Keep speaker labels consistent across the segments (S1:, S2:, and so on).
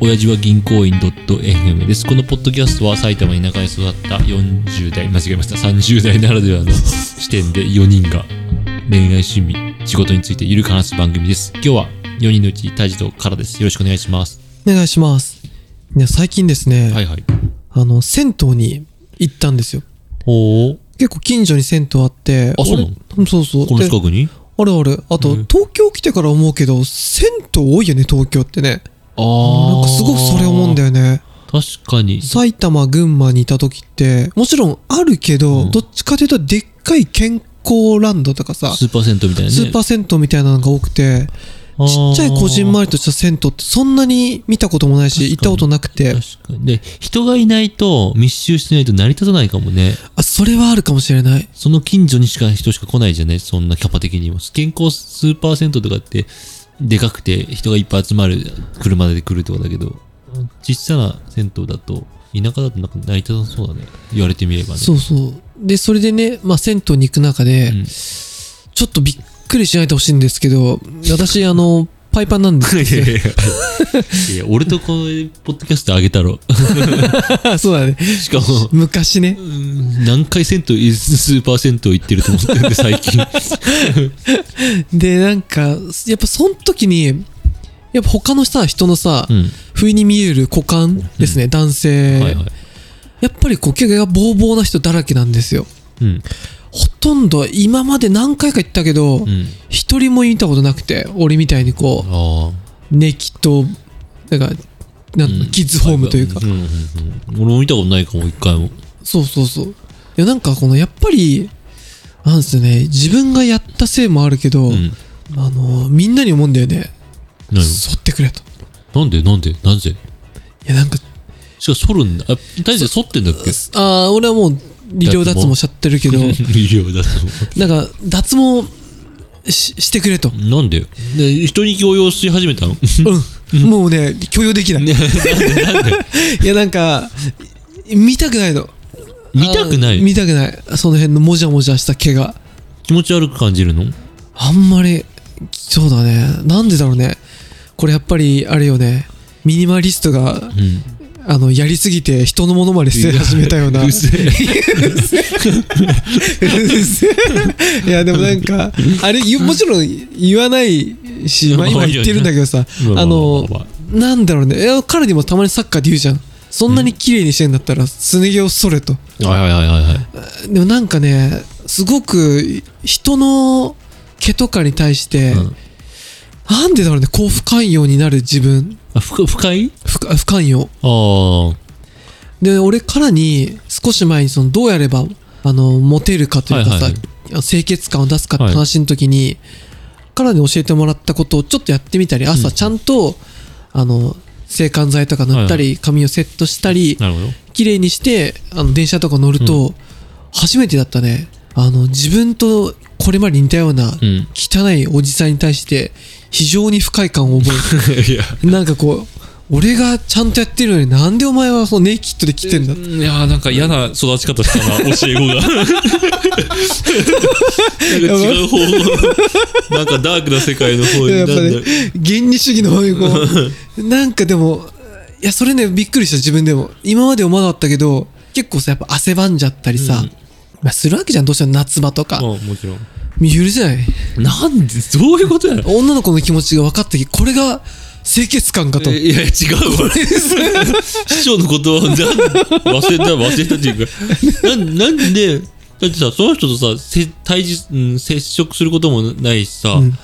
S1: 親父は銀行員 .fm です。このポッドキャストは埼玉田舎に育った40代、間違えました、30代ならでは の視点で4人が恋愛趣味、仕事についてゆるく話す番組です。今日は4人のうちタジとからです。よろしくお願いします。
S2: お願いします。いや、最近ですね、
S1: はいはい。
S2: あの、銭湯に行ったんですよ。
S1: おー、
S2: 結構近所に銭湯あって。
S1: あそうなの
S2: 俺そうそう。
S1: この
S2: で
S1: 近くに
S2: あるある。あと、
S1: うん
S2: 東京来てから思うけど、銭湯多いよね、東京ってね。
S1: あ
S2: なんかすごくそれ思うんだ
S1: よ。
S2: よね。
S1: 確かに。
S2: 埼玉、群馬にいた時って、もちろんあるけど、
S1: うん
S2: どっちかというと、でっかい健康ランドとかさ、
S1: スーパーセントみたいなね。
S2: スーパー銭湯みたいなのが多くて、
S1: あー
S2: ちっちゃいこじんまりとした銭湯ってそんなに見たこともないし、
S1: 確
S2: 行
S1: か
S2: っ
S1: に
S2: たことなくて、
S1: 確かに。で、人がいないと密集してないと成り立たないかもね。
S2: あ、それはあるかもしれない。
S1: その近所にしか人しか来ないじゃないそんなキャパ的にも。健康スーパーセントとかって、でかくて人がいっぱい集まる、車で来るとかだけど、小さな銭湯だと、田舎だとなんか成り立たなそうだね。言われてみればね。
S2: そうそう。で、それでね、まあ、銭湯に行く中で、
S1: うん
S2: ちょっとびっくりしないでほしいんですけど、私、あの、パイパンなんで す
S1: い やいやいやいや俺とこのポッドキャストあげたろ。
S2: あ そうだね。
S1: しかも、
S2: 昔ね
S1: う。ん何回銭湯、スーパー銭湯行ってると思ってるんで、最近。
S2: で、なんか、やっぱその時に、やっぱ他のさ、人のさ、
S1: うん。
S2: 不意に見える股間ですね、男性。
S1: はいはい。
S2: やっぱりこう、毛がボーボーな人だらけなんですよ。
S1: うん。
S2: ほとんど今まで何回か行ったけど
S1: う、ん。
S2: 一、人も見たことなくて、俺みたいにこう、
S1: ああ。
S2: ネキと、なんか、なん
S1: うん
S2: キッズホームというか
S1: ん、んうん俺も見たことないかも、一回も。
S2: そうそうそう。いや、なんかこの、やっぱり、なんですよね、自分がやったせいもあるけど、
S1: うん。
S2: あの、みんなに思うんだよね。
S1: 何
S2: 剃ってくれと。
S1: なんでなんでなぜ
S2: いや、なんか、
S1: しかも剃るんだ。あ、大して剃ってんだっけ
S2: ああ、俺はもう、医療脱毛しちゃってるけど、
S1: 医療だ
S2: なんか、脱毛ししてくれと。
S1: と。 なんでで人に強要し始めた の
S2: うん。もうね、許容できない。 いや、なんか、見たくないの。
S1: 見たくな
S2: あー
S1: い
S2: 見たくない。その辺のもじゃもじゃした毛が。
S1: 気持ち悪く感じるの
S2: あんまり、そうだね。なんでだろうね。これやっぱり、あれよね。ミニマリストが、
S1: うん。
S2: あの、やりすぎて人のものまで捨て始めたような。
S1: うっせえ
S2: いや、でもなんか、あれ、ゆもちろん言わないし、まあ今言ってるんだけどさ、
S1: まあ
S2: あの
S1: まあまあ、
S2: なんだろうね。いや彼にもたまにサッカーで言うじゃん。そんなに綺麗にしてんだったら、すね毛を剃れと。
S1: はいはいはいはいはい。
S2: でもなんかね、すごく、人の毛とかに対して、
S1: うん
S2: なんでだろうね、こう不寛容になる自分。
S1: あ、ふ不快
S2: 不不寛容。
S1: ああ。
S2: で、俺からに、少し前に、その、どうやれば、あの、モテるかというかさ、
S1: はいはい
S2: 清潔感を出すかって話の時に、からに教えてもらったことをちょっとやってみたり、朝ちゃんと、あの、制汗剤とか塗ったり、髪をセットしたり、
S1: なるほど。
S2: 綺麗にして、あの、電車とか乗ると、初めてだったね。あの、自分とこれまで似たような、
S1: うん。
S2: 汚いおじさんに対して、非常に不快感を覚える。
S1: いや。
S2: なんかこう、俺がちゃんとやってるのになんでお前はそのネイキッドで来てんだ
S1: いやーなんか嫌な育ち方したな、教え子が。 なんか違う方法なんかダークな世界の方にな
S2: やっ
S1: ん
S2: ぱ
S1: だ
S2: ね、原理主義の方にこ う、なんかでも、いや、それね、びっくりした自分でも。今まで思わなかったけど、結構さ、やっぱ汗ばんじゃったりさ、
S1: うん
S2: まあするわけじゃん、どうしても夏場とか。
S1: まあもちろん。
S2: 許せない。
S1: なんで、どういうことやの
S2: 女の子の気持ちが分かってきて、これが清潔感かと。
S1: いや、違 うわ。師匠の言葉をなん忘れた、忘れたっていうか。なんなんで、だってさ、その人とさ、せ対峙、うん、接触することもないしさ、
S2: ん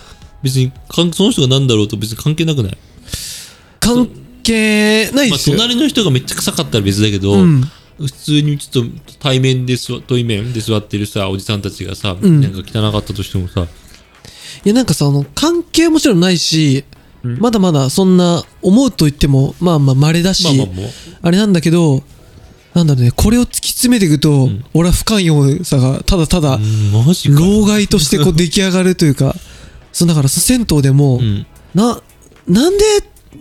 S1: 別にかん、その人が何だろうと別に関係なくない
S2: 関係ない
S1: まあ、
S2: ですよ。
S1: 隣の人がめっちゃ臭かったら別だけど、
S2: うん
S1: 普通にちょっと対面で座対面で座ってるさおじさんたちがさ、
S2: ん
S1: なんか汚かったとしてもさ
S2: いや、なんかさ、あの、関係もちろんないし、まだまだそんな、思うと言っても、まあまあ稀だし、
S1: まあまあもう
S2: あれなんだけど、なんだろうね、これを突き詰めていくと、俺は不寛容さが、ただただ、
S1: うんマジか
S2: 老害としてこ う出来上がるというか、そう、だからそう銭湯でも、
S1: うん
S2: な、なんで、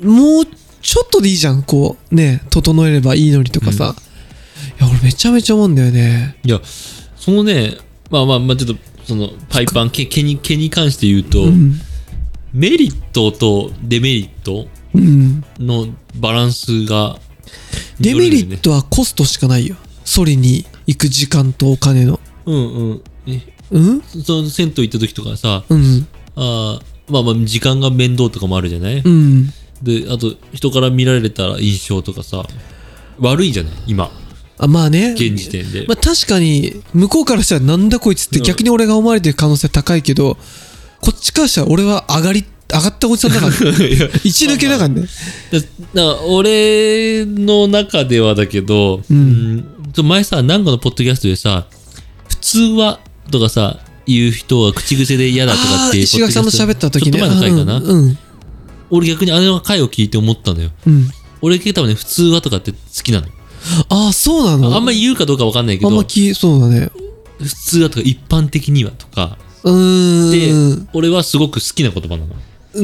S2: もうちょっとでいいじゃん、こう、ね、整えればいいのにとかさ。いや、俺めちゃめちゃ思うんだよね。
S1: いやそのねまあまあまあちょっとそのパイパン毛毛に毛に関して言うと、
S2: うん。
S1: メリットとデメリット
S2: うん。
S1: のバランスが、
S2: デメリットはコストしかないよ。ソリに行く時間とお金の。
S1: うんうん。え、
S2: うん
S1: その銭湯行った時とかさ、
S2: うん。
S1: あーまあまあ時間が面倒とかもあるじゃない、
S2: うん。
S1: で、あと人から見られたら印象とかさ、悪いじゃない今、
S2: あ、まあね。
S1: 現時点で。
S2: まあ確かに、向こうからしたらなんだこいつって逆に俺が思われてる可能性高いけど、こっちからしたら俺は上がり、上がったおじさんだ から、ね、
S1: いやだ
S2: 一抜けだからね。
S1: だから俺の中ではだけど、うんちょ前さ、何個のポッドキャストでさ、普通はとかさ、言う人は口癖で嫌だとか
S2: あ
S1: っ
S2: あ
S1: て
S2: ー、
S1: いう
S2: 石垣さんの喋った時ね。
S1: ちょっと前の回かな、
S2: うんうん。
S1: 俺逆にあれの回を聞いて思ったのよ。
S2: うん。
S1: 俺結構多分ね、普通はとかって好きなの。
S2: ああ、そうなの
S1: あんま
S2: り、
S1: り言うかどうかわかんないけ
S2: あ
S1: ど、
S2: んまき、そうだね。
S1: 普通はとか一般的にはとか、
S2: う
S1: で
S2: ーん。、
S1: 俺はすごく好きな言葉なの。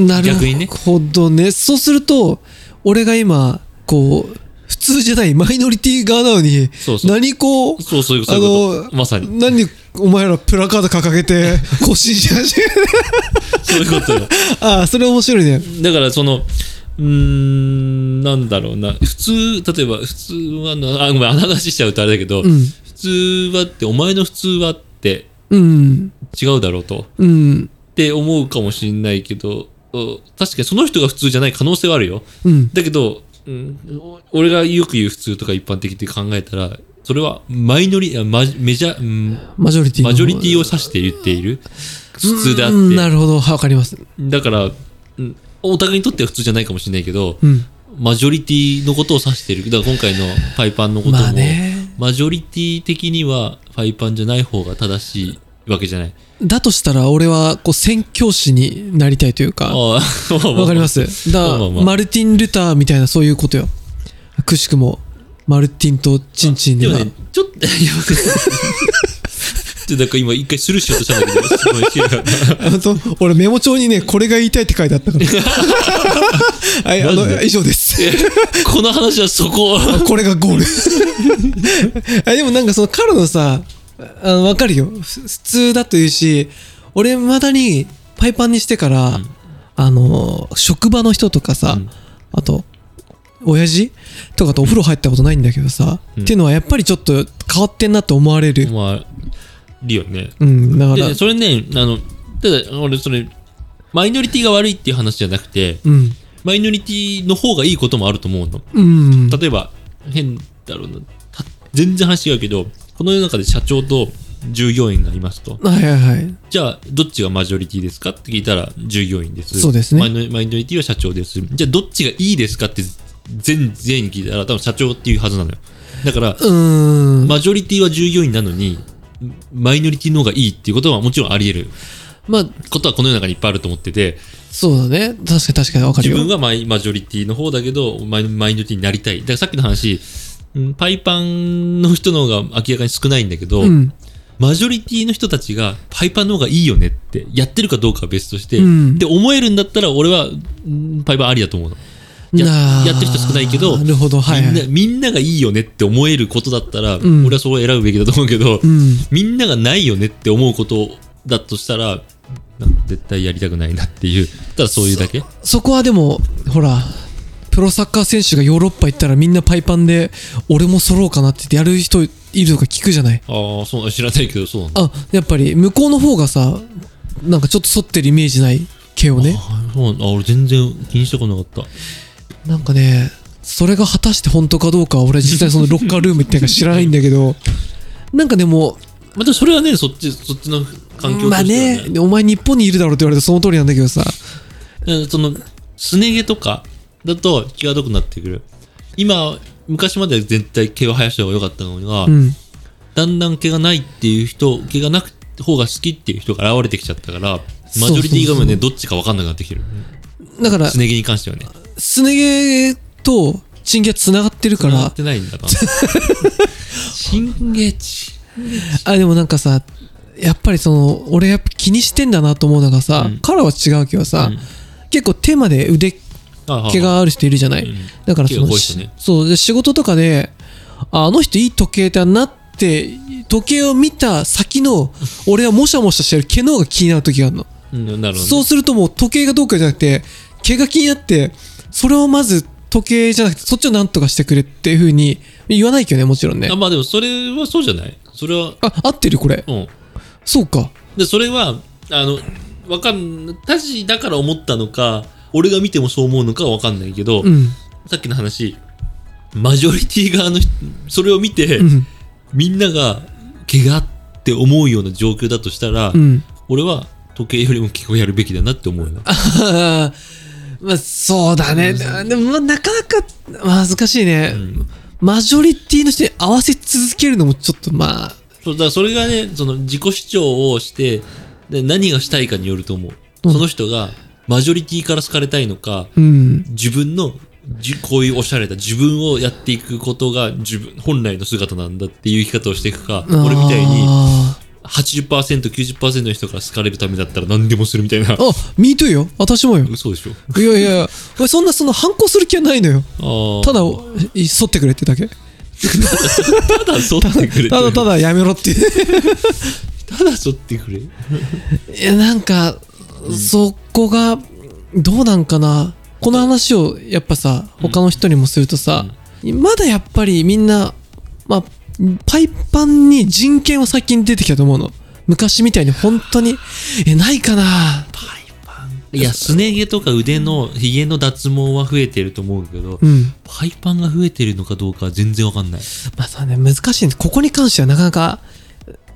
S2: なる
S1: 逆にね
S2: ほどね。そうすると、俺が今、こう、普通じゃないマイノリティ側なのに、
S1: そうそう。
S2: 何こう、
S1: そうそういうことそういうこと。まさに。
S2: 何お前らプラカード掲 げて、更新し始める。
S1: そういうことよ。
S2: ああ、それ面白いね。
S1: だからその、うーん、なんだろうな。普通、例えば、普通はな、あ、ごめん、あの話しちゃうとあれだけど、
S2: うん。
S1: 普通はって、お前の普通はって
S2: うん。
S1: 違うだろうと、
S2: うん。
S1: って思うかもしれないけど、お確かにその人が普通じゃない可能性はあるよ。
S2: うん。
S1: だけど、うん、お俺がよく言う普通とか一般的って考えたら、それはマイノリ、あマジメジャー、うん
S2: マジョリティの
S1: マ
S2: 方。
S1: ジョリティを指して言っている普通であっ
S2: うんな
S1: て、
S2: るほど。はいわかります。
S1: だから、うんお互いにとっては普通じゃないかもしれないけど、
S2: うん。
S1: マジョリティのことを指している。だから今回のパイパンのことも、
S2: まあね。
S1: マジョリティ的にはパイパンじゃない方が正しいわけじゃない。
S2: だとしたら、俺は、こう、宣教師になりたいというか、わ
S1: ああ、。
S2: かりますす。だ
S1: まあまあまあ
S2: マルティン・ルターみたいな、そういうことよ。くしくも、マルティンとチンチン
S1: で
S2: が
S1: も。ね、 ちょっと、いや、ちょっとなんか今一回スルーしようとしたんだけど、すごい嫌がった
S2: あと、俺メモ帳にね、これが言いたいって書いてあっ たから。はい、あ
S1: なん
S2: の、
S1: で
S2: 以上です。
S1: この話はそこ。
S2: これがゴール あでもなんかその彼のさあの分かるよふ普通だと言うし俺まだにパイパンにしてから、あの職場の人とかさ、
S1: うん
S2: あと親父とかとお風呂入ったことないんだけどさ、
S1: うん
S2: っていうのはやっぱりちょっと変わってんなと思われる
S1: まあ、いいよね。
S2: うんだから
S1: で、それね、あの、ただ、俺、それ、マイノリティが悪いっていう話じゃなくて、
S2: うん
S1: マイノリティの方がいいこともあると思うの。
S2: うん
S1: 例えば、変だろうな。た全然話違うけど、この世の中で社長と従業員がいますと。
S2: はいはいはい
S1: じゃあ、どっちがマジョリティですかって聞いたら、従業員です。
S2: そうですね
S1: マイノマイノリティは社長です。じゃあ、どっちがいいですかって、全全員に聞いたら、多分社長っていうはずなのよ。だから、
S2: うーん
S1: マジョリティは従業員なのに、マイノリティの方がいいっていうことはもちろんあり得る。
S2: まあ
S1: ことはこの世の中にいっぱいあると思ってて、
S2: そうだね確かに確かに分か
S1: 自
S2: るよ
S1: 分はマイマジョリティの方だけど、マイマイノリティになりたい。だからさっきの話、うんパイパンの人の方が明らかに少ないんだけど、
S2: うん
S1: マジョリティの人たちがパイパンの方がいいよねって、やってるかどうかは別として、
S2: うん
S1: で思えるんだったら俺は、うんパイパンありだと思うの。や
S2: なあ
S1: やってる人少ないけど
S2: なるほどはい、
S1: み
S2: はい、
S1: んな、みんながいいよねって思えることだったら、
S2: ん
S1: 俺はそれを選ぶべきだと思うけど、
S2: うん
S1: みんながないよねって思うことだとしたら、なんか絶対やりたくないなっていう。ただそういうだけ。
S2: そこはでも、ほら、プロサッカー選手がヨーロッパ行ったらみんなパイパンで、俺も揃ろうかなって言ってやる人いるとか聞くじゃない。
S1: ああ、そう、知らないけど、そうなんだ。
S2: あ、やっぱり向こうの方がさ、なんかちょっと反ってるイメージない系をね。
S1: あそうなんだ。あ俺全然気にしたことなかった。
S2: なんかね、それが果たして本当かどうかは俺実際そのロッカールーム行ってるから知らないんだけど、なんかでも、
S1: まあ、でもそれはね、そっち、そっちの環境として
S2: ま
S1: は
S2: あ
S1: ね。
S2: ね、お前日本にいるだろうって言われたらその通りなんだけどさ、
S1: うんその、すね毛とかだと気が遠くなってくる。今、昔までは絶対毛を生やした方が良かったのが、
S2: うん。
S1: だんだん毛がないっていう人、毛がなく方が好きっていう人が現れてきちゃったから、マジョリティがもうね、どっちか分かんなくなってきてる。
S2: だから
S1: す、ね毛に関してはね。
S2: すね毛とチンゲは繋がってるか
S1: や
S2: ら
S1: っ、てないんだ な。チンゲチ。
S2: あでもなんかさやっぱりその俺やっぱ気にしてんだなと思うのがさ、
S1: うん
S2: カラーは違うけどさ、
S1: うん
S2: 結構手まで腕
S1: あ
S2: 毛がある人いるじゃない、
S1: うん
S2: だからそ
S1: 毛が
S2: の
S1: 多い
S2: し、
S1: 人ね
S2: そうで仕事とかでああの人いい時計だなって時計を見た先の俺はもしゃもしゃしてる毛の方が気になる時があるの、
S1: うんなるほどね。
S2: そうするともう時計がどうかじゃなくて毛が気になってそれをまず時計じゃなくて、そっちをなんとかしてくれっていうふうに言わないけどね、もちろんね
S1: あ。まあでもそれはそうじゃないそれは
S2: あ、合ってるこれ。
S1: うん
S2: そうか。
S1: でそれはあのわかんタジだから思ったのか俺が見てもそう思うのかはわかんないけど、
S2: うん。
S1: さっきの話マジョリティ側の人それを見て、
S2: うん。
S1: みんなが怪我って思うような状況だとしたら、
S2: うん。
S1: 俺は時計よりも気をやるべきだなって思うよな
S2: あー まあ、そうだね。でも、まあ、なかなかまあ難しいね、
S1: ん
S2: マジョリティの人に合わせ続けるのもちょっとまあ、
S1: そうだからそれがねその自己主張をしてで何がしたいかによると思う、
S2: うん
S1: その人がマジョリティから好かれたいのか
S2: うん。
S1: 自分のじこういうおしゃれだ自分をやっていくことが自分本来の姿なんだっていう生き方をしていくか俺みたいに
S2: あ
S1: 80%90% の人から好かれるためだったら何でもするみたいな
S2: ー。あ、ミートよ。私もよ。
S1: 嘘でしょ
S2: いやいや、俺そんな、その反抗する気はないのよ。
S1: ああ
S2: ただ、い沿ってくれってだけ。
S1: ただ剃ってくれ
S2: ただただやめろっていう。
S1: ただ剃ってくれ
S2: いや、なんか、そこが、どうなんかな。この話をやっぱさ、他の人にもするとさ、まだやっぱりみんな、まあ、パイパンに人権は最近出てきたと思うの。昔みたいに本当に、え、ないかな。
S1: いやすね毛とか腕のひげの脱毛は増えてると思うけど
S2: うん。
S1: パイパンが増えてるのかどうかは全然わかんない
S2: まあそうね、難しいんです。ここに関してはなかなか、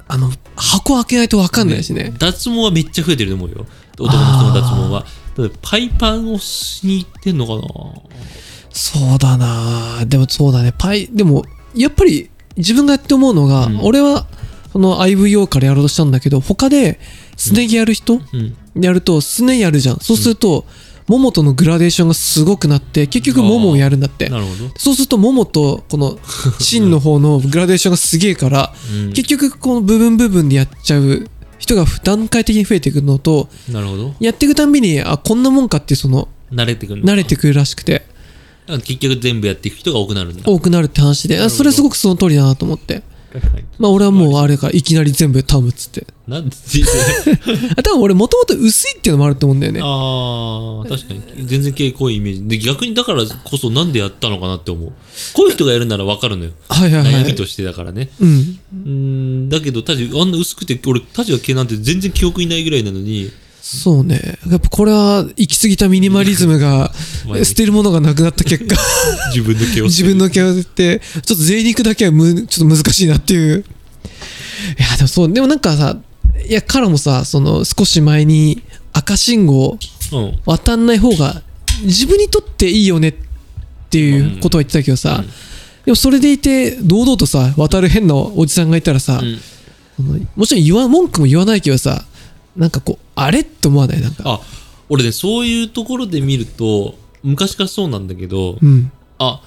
S2: あの、箱開けないとわかんないしね。
S1: 脱毛はめっちゃ増えてると思うよ男の人の脱毛はただパイパンをしに行ってんのかな
S2: そうだなあでもそうだね。パイ、でも、やっぱり自分がやって思うのが、
S1: うん
S2: 俺は、その IVO からやろうとしたんだけど、他で、スネ毛やる人、
S1: うん
S2: やると、スネやるじゃん。そうすると、ももとのグラデーションがすごくなって、結局ももをやるんだって。
S1: なるほど、
S2: そうすると、ももと、この、芯の方のグラデーションがすげえから、
S1: うん
S2: 結局、この部分部分でやっちゃう人が段階的に増えていくのと、
S1: なるほど
S2: やっていくたんびに、あ、こんなもんかって、その、
S1: 慣れてくるのか
S2: 慣れてくるらしくて、
S1: あ結局全部やっていく人が多くなるんだ
S2: 多くなるって話で、あそれすごくその通りだなと思って。
S1: 確かに
S2: まあ俺はもうあれからいきなり全部タムっつって。
S1: なんで 人生
S2: あ、多分俺もともと薄いっていうのもあると思うんだよね。
S1: ああ確かに全然毛濃いイメージで逆にだからこそなんでやったのかなって思うこういう人がやるならわかるのよ
S2: はいはいは
S1: 悩み
S2: い。
S1: としてだからね、
S2: うん。
S1: うーんだけどタジあんな薄くて俺タジが毛なんて全然記憶いないぐらいなの に
S2: そうね。やっぱこれは行き過ぎたミニマリズムが
S1: まあ
S2: 捨てるものがなくなっ た結果、
S1: 自分の毛を
S2: 自分の毛を捨てて、ちょっと贅肉だけはむちょっと難しいなっていう。いや、でもそう、でもなんかさ、いや、カラもさ、その少し前に赤信号
S1: うん
S2: 渡んない方が自分にとっていいよねっていうことは言ってたけどさ、
S1: うん
S2: でもそれでいて堂々とさ渡る変なおじさんがいたらさ、
S1: うん
S2: もちろん言わ文句も言わないけどさなんかこうあれって思わないなんか
S1: あ俺ねそういうところで見ると昔からそうなんだけど、
S2: うん
S1: あ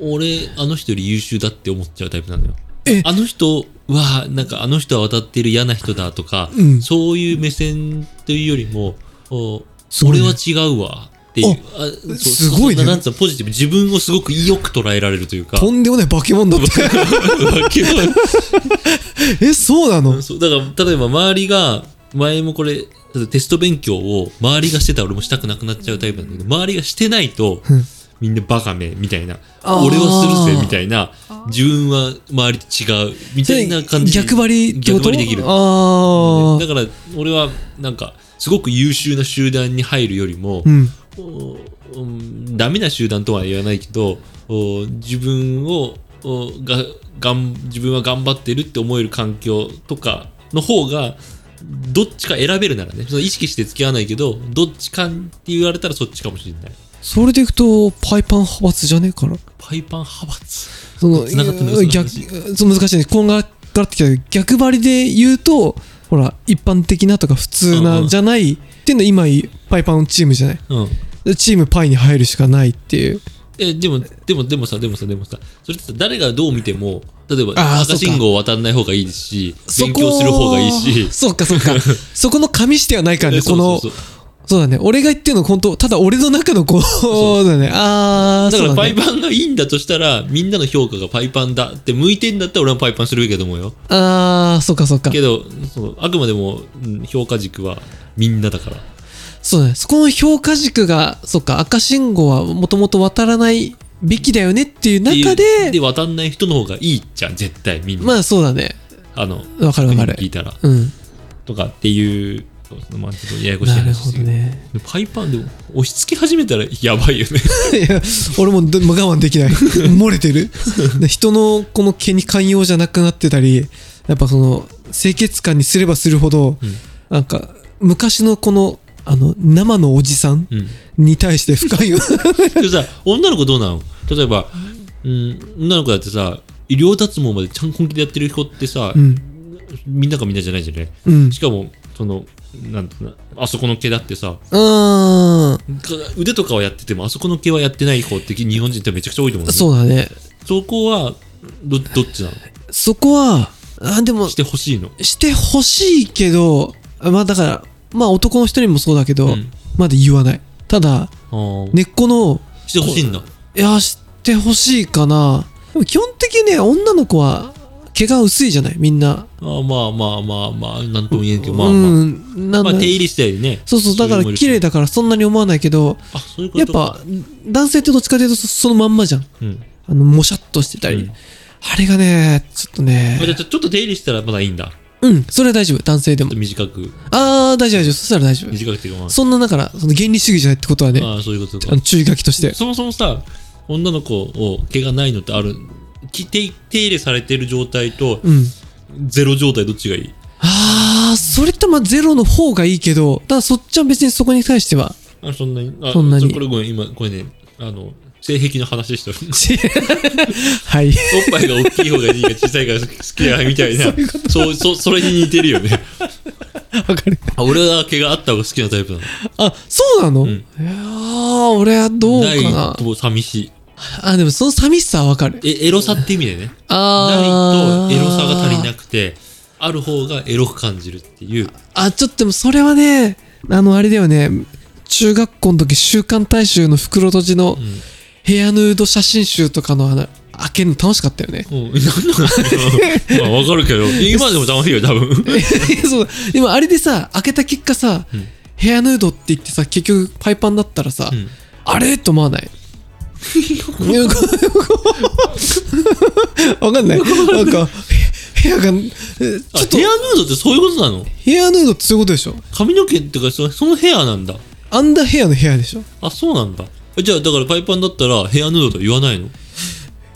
S1: 俺あの人より優秀だって思っちゃうタイプなのよ
S2: え
S1: あの人はなんかあの人は渡ってる嫌な人だとか、
S2: うん
S1: そういう目線というよりもお
S2: すごい
S1: 俺
S2: ね
S1: は違うわっていうあそう
S2: すごいね
S1: そんななんつうのポジティブ自分をすごくよく捉えられるというか
S2: とんでもない化け物だ っ
S1: わけわかんない
S2: てえそうなの
S1: そうだから例えば周りが前もこれテスト勉強を周りがしてたら俺もしたくなくなっちゃうタイプなんだけど周りがしてないと
S2: うん
S1: みんなバカめみたいな
S2: あー
S1: 俺はするぜみたいな自分は周りと違うみたいな感じ
S2: 逆張りってこと
S1: 逆張りできる
S2: あ
S1: だ
S2: あ
S1: から俺はなんかすごく優秀な集団に入るよりも
S2: う、ん
S1: おうんダメな集団とは言わないけどお自分をおががん自分は頑張ってるって思える環境とかの方がどっちか選べるならねその意識して付き合わないけどどっちかって言われたらそっちかもしれない
S2: それでいくとパイパン派閥じゃねえから
S1: パイパン派閥
S2: その
S1: 繋がってんのその
S2: 逆
S1: 話
S2: そう難しいねこんがらってきたけど逆張りで言うとほら一般的なとか普通
S1: うんう
S2: なんじゃないっていうのは今いパイパンチームじゃない
S1: うん
S2: でチームパイに入るしかないっていう
S1: えでもでもでもさでもさでもさそれってさ誰がどう見ても例えば
S2: あー
S1: 赤信号を渡らない方がいいですし
S2: そこ
S1: 勉強する方がいいし
S2: そうかそ うかそこの紙してはないからねこ
S1: そうそう
S2: の
S1: そう
S2: そうだね俺が言ってるの本当ただ俺の中のこうだねああ
S1: だからパイ
S2: ン
S1: パンがいいんだとしたら、みんなの評価がパイパンだって向いてんだったら俺はパイパンするべきだと思うよ。
S2: ああそうかそうか
S1: けど、そのあくまでも、うん評価軸はみんなだから。
S2: そうね。そこの評価軸が、そっか、赤信号はもともと渡らないべきだよねっていう中
S1: いうで
S2: で、
S1: 渡んない人の方がいいじゃん絶対みんな、
S2: まあそうだね。
S1: あの
S2: わかるわかる
S1: 聞いたら
S2: うん。
S1: とかっていうそうそのまあちょっとややこしい
S2: なる
S1: 話で
S2: ほ
S1: す
S2: ど
S1: けど、
S2: ね。
S1: でもパイパンでも押し付け始めたらやばいよ ね
S2: いや、俺もどもう我慢で きない。漏れて る。で人のこの毛に寛容じゃなくなってたり、やっぱその、清潔感にすればするほど、
S1: うん
S2: なんか、昔のこの、あの、生のおじさん
S1: うん
S2: に対して不寛容。
S1: でもさ女の子どうなの例えば、うん、女の子だってさ医療脱毛までちゃん本気でやってる人ってさ、
S2: うん。
S1: みんながみんなじゃないじゃない
S2: うん
S1: し。かもそのなんていうのあそこの毛だってさ
S2: う。
S1: 腕とかはやっててもあそこの毛はやってない方って日本人ってめちゃくちゃ多いと思うんんだよね
S2: そうだね。
S1: そこはどどっちなの
S2: そこは、あでも
S1: し、てほしいの
S2: してほしいけど、まあだから、まあ男の人にもそうだけど、
S1: うん
S2: まだ言わない。ただ、
S1: あー
S2: 根っこの、
S1: してほしいんだ
S2: いや、してほしいかな。でも基本的にね、女の子は、毛が薄いじゃないみんな。
S1: あーまあまあまあまあなんとも言えんけどまあ
S2: う
S1: まあ
S2: ん、なん
S1: ま
S2: だ、
S1: あ手入りしたりね
S2: そうそう、だから綺麗
S1: だ
S2: だからそんなに思わないけど、
S1: あそういうこ
S2: やっ
S1: とか
S2: ぱ、男性ってどっちかというとそそのまんまじゃん。
S1: うん
S2: あの、もしゃっとしてたり。
S1: うん
S2: あれがね、ちょっと
S1: まあじゃ
S2: ね
S1: あ。ちょっと手入りしたらまだいいんだちょ
S2: うん、それは大丈夫。男性で
S1: っ
S2: も
S1: と。短く
S2: あー、大丈夫、大丈夫。そしたら大丈夫。
S1: 短くっていうかまあ
S2: そんなだから、その原理主義じゃないってことはね、
S1: あーそういうこと
S2: あ
S1: か
S2: の注意書きとして。
S1: そもそもさ女の子を毛がないのってあるき手手入れされてる状態と
S2: うん。
S1: ゼロ状態どっちがいい
S2: あー、それってまあゼロの方がいいけど、ただそっちは別にそこに対しては。
S1: あそんなにあ
S2: そんなに
S1: ちょこれごめん今これねあの性癖の話でしたおっ
S2: はい。
S1: ぱいが大きい方がいいか小さい方が好きやみたいな
S2: そういう
S1: そうそそれに似てるよね
S2: わかる。
S1: あ俺は毛があった方が好きなタイプなの
S2: あ、そうなの、
S1: ん
S2: いやー、俺はどう
S1: ない
S2: かな。
S1: と寂し
S2: あ、でもその寂しさはわかる。
S1: いえエロさって意味でねな
S2: あ
S1: い
S2: ー。
S1: とエロさが足りなくてある方がエロく感じるっていう
S2: あ、ちょっとでもそれはね、あの、あれだよね、中学校の時、週刊大衆の袋閉じの
S1: ん
S2: ヘアヌード写真集とかのあの開けるの楽しかったよね。
S1: うん、 なんだまあ、わかるけど、今でも楽しいよ、多分。
S2: そうでもあれでさ開けた結果さ、
S1: ん
S2: ヘアヌードって言ってさ結局パイパンだったらさ、
S1: うん
S2: あれと思わない わかんないなんかヘヘアが
S1: あ
S2: えちょっと
S1: ヘアヌードってそういうことなの
S2: ヘアヌードってそういうことでしょ
S1: 髪の毛ってかその、そのヘアなんだ。
S2: アンダーヘアのヘアでしょ
S1: あ、そうなんだ。じゃあ、だからパイパンだったらヘアヌードとは言わないの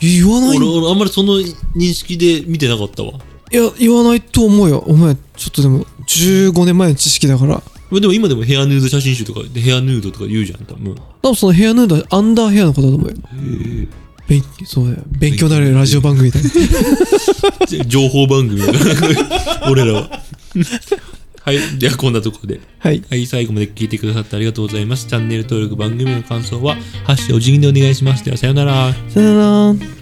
S2: 言わない
S1: 俺、
S2: い
S1: 俺、あんまりその認識で見てなかったわ。
S2: や言わないと思うよお前ちょっとでも15年前の知識だから
S1: でも今でもヘアヌード写真集とか、でヘアヌードとか言うじゃん、多分。
S2: 多分そのヘアヌードはアンダーヘアのことだと思うよ勉そうだよ勉強になるラジオ番組だよ
S1: 情報番組俺ら は。はい、ではこんなところで。
S2: はい
S1: はい、最後まで聞いてくださってありがとうございます。チャンネル登録、番組の感想は、ハッシュお辞儀でお願いします。では、さようなら。
S2: さよなら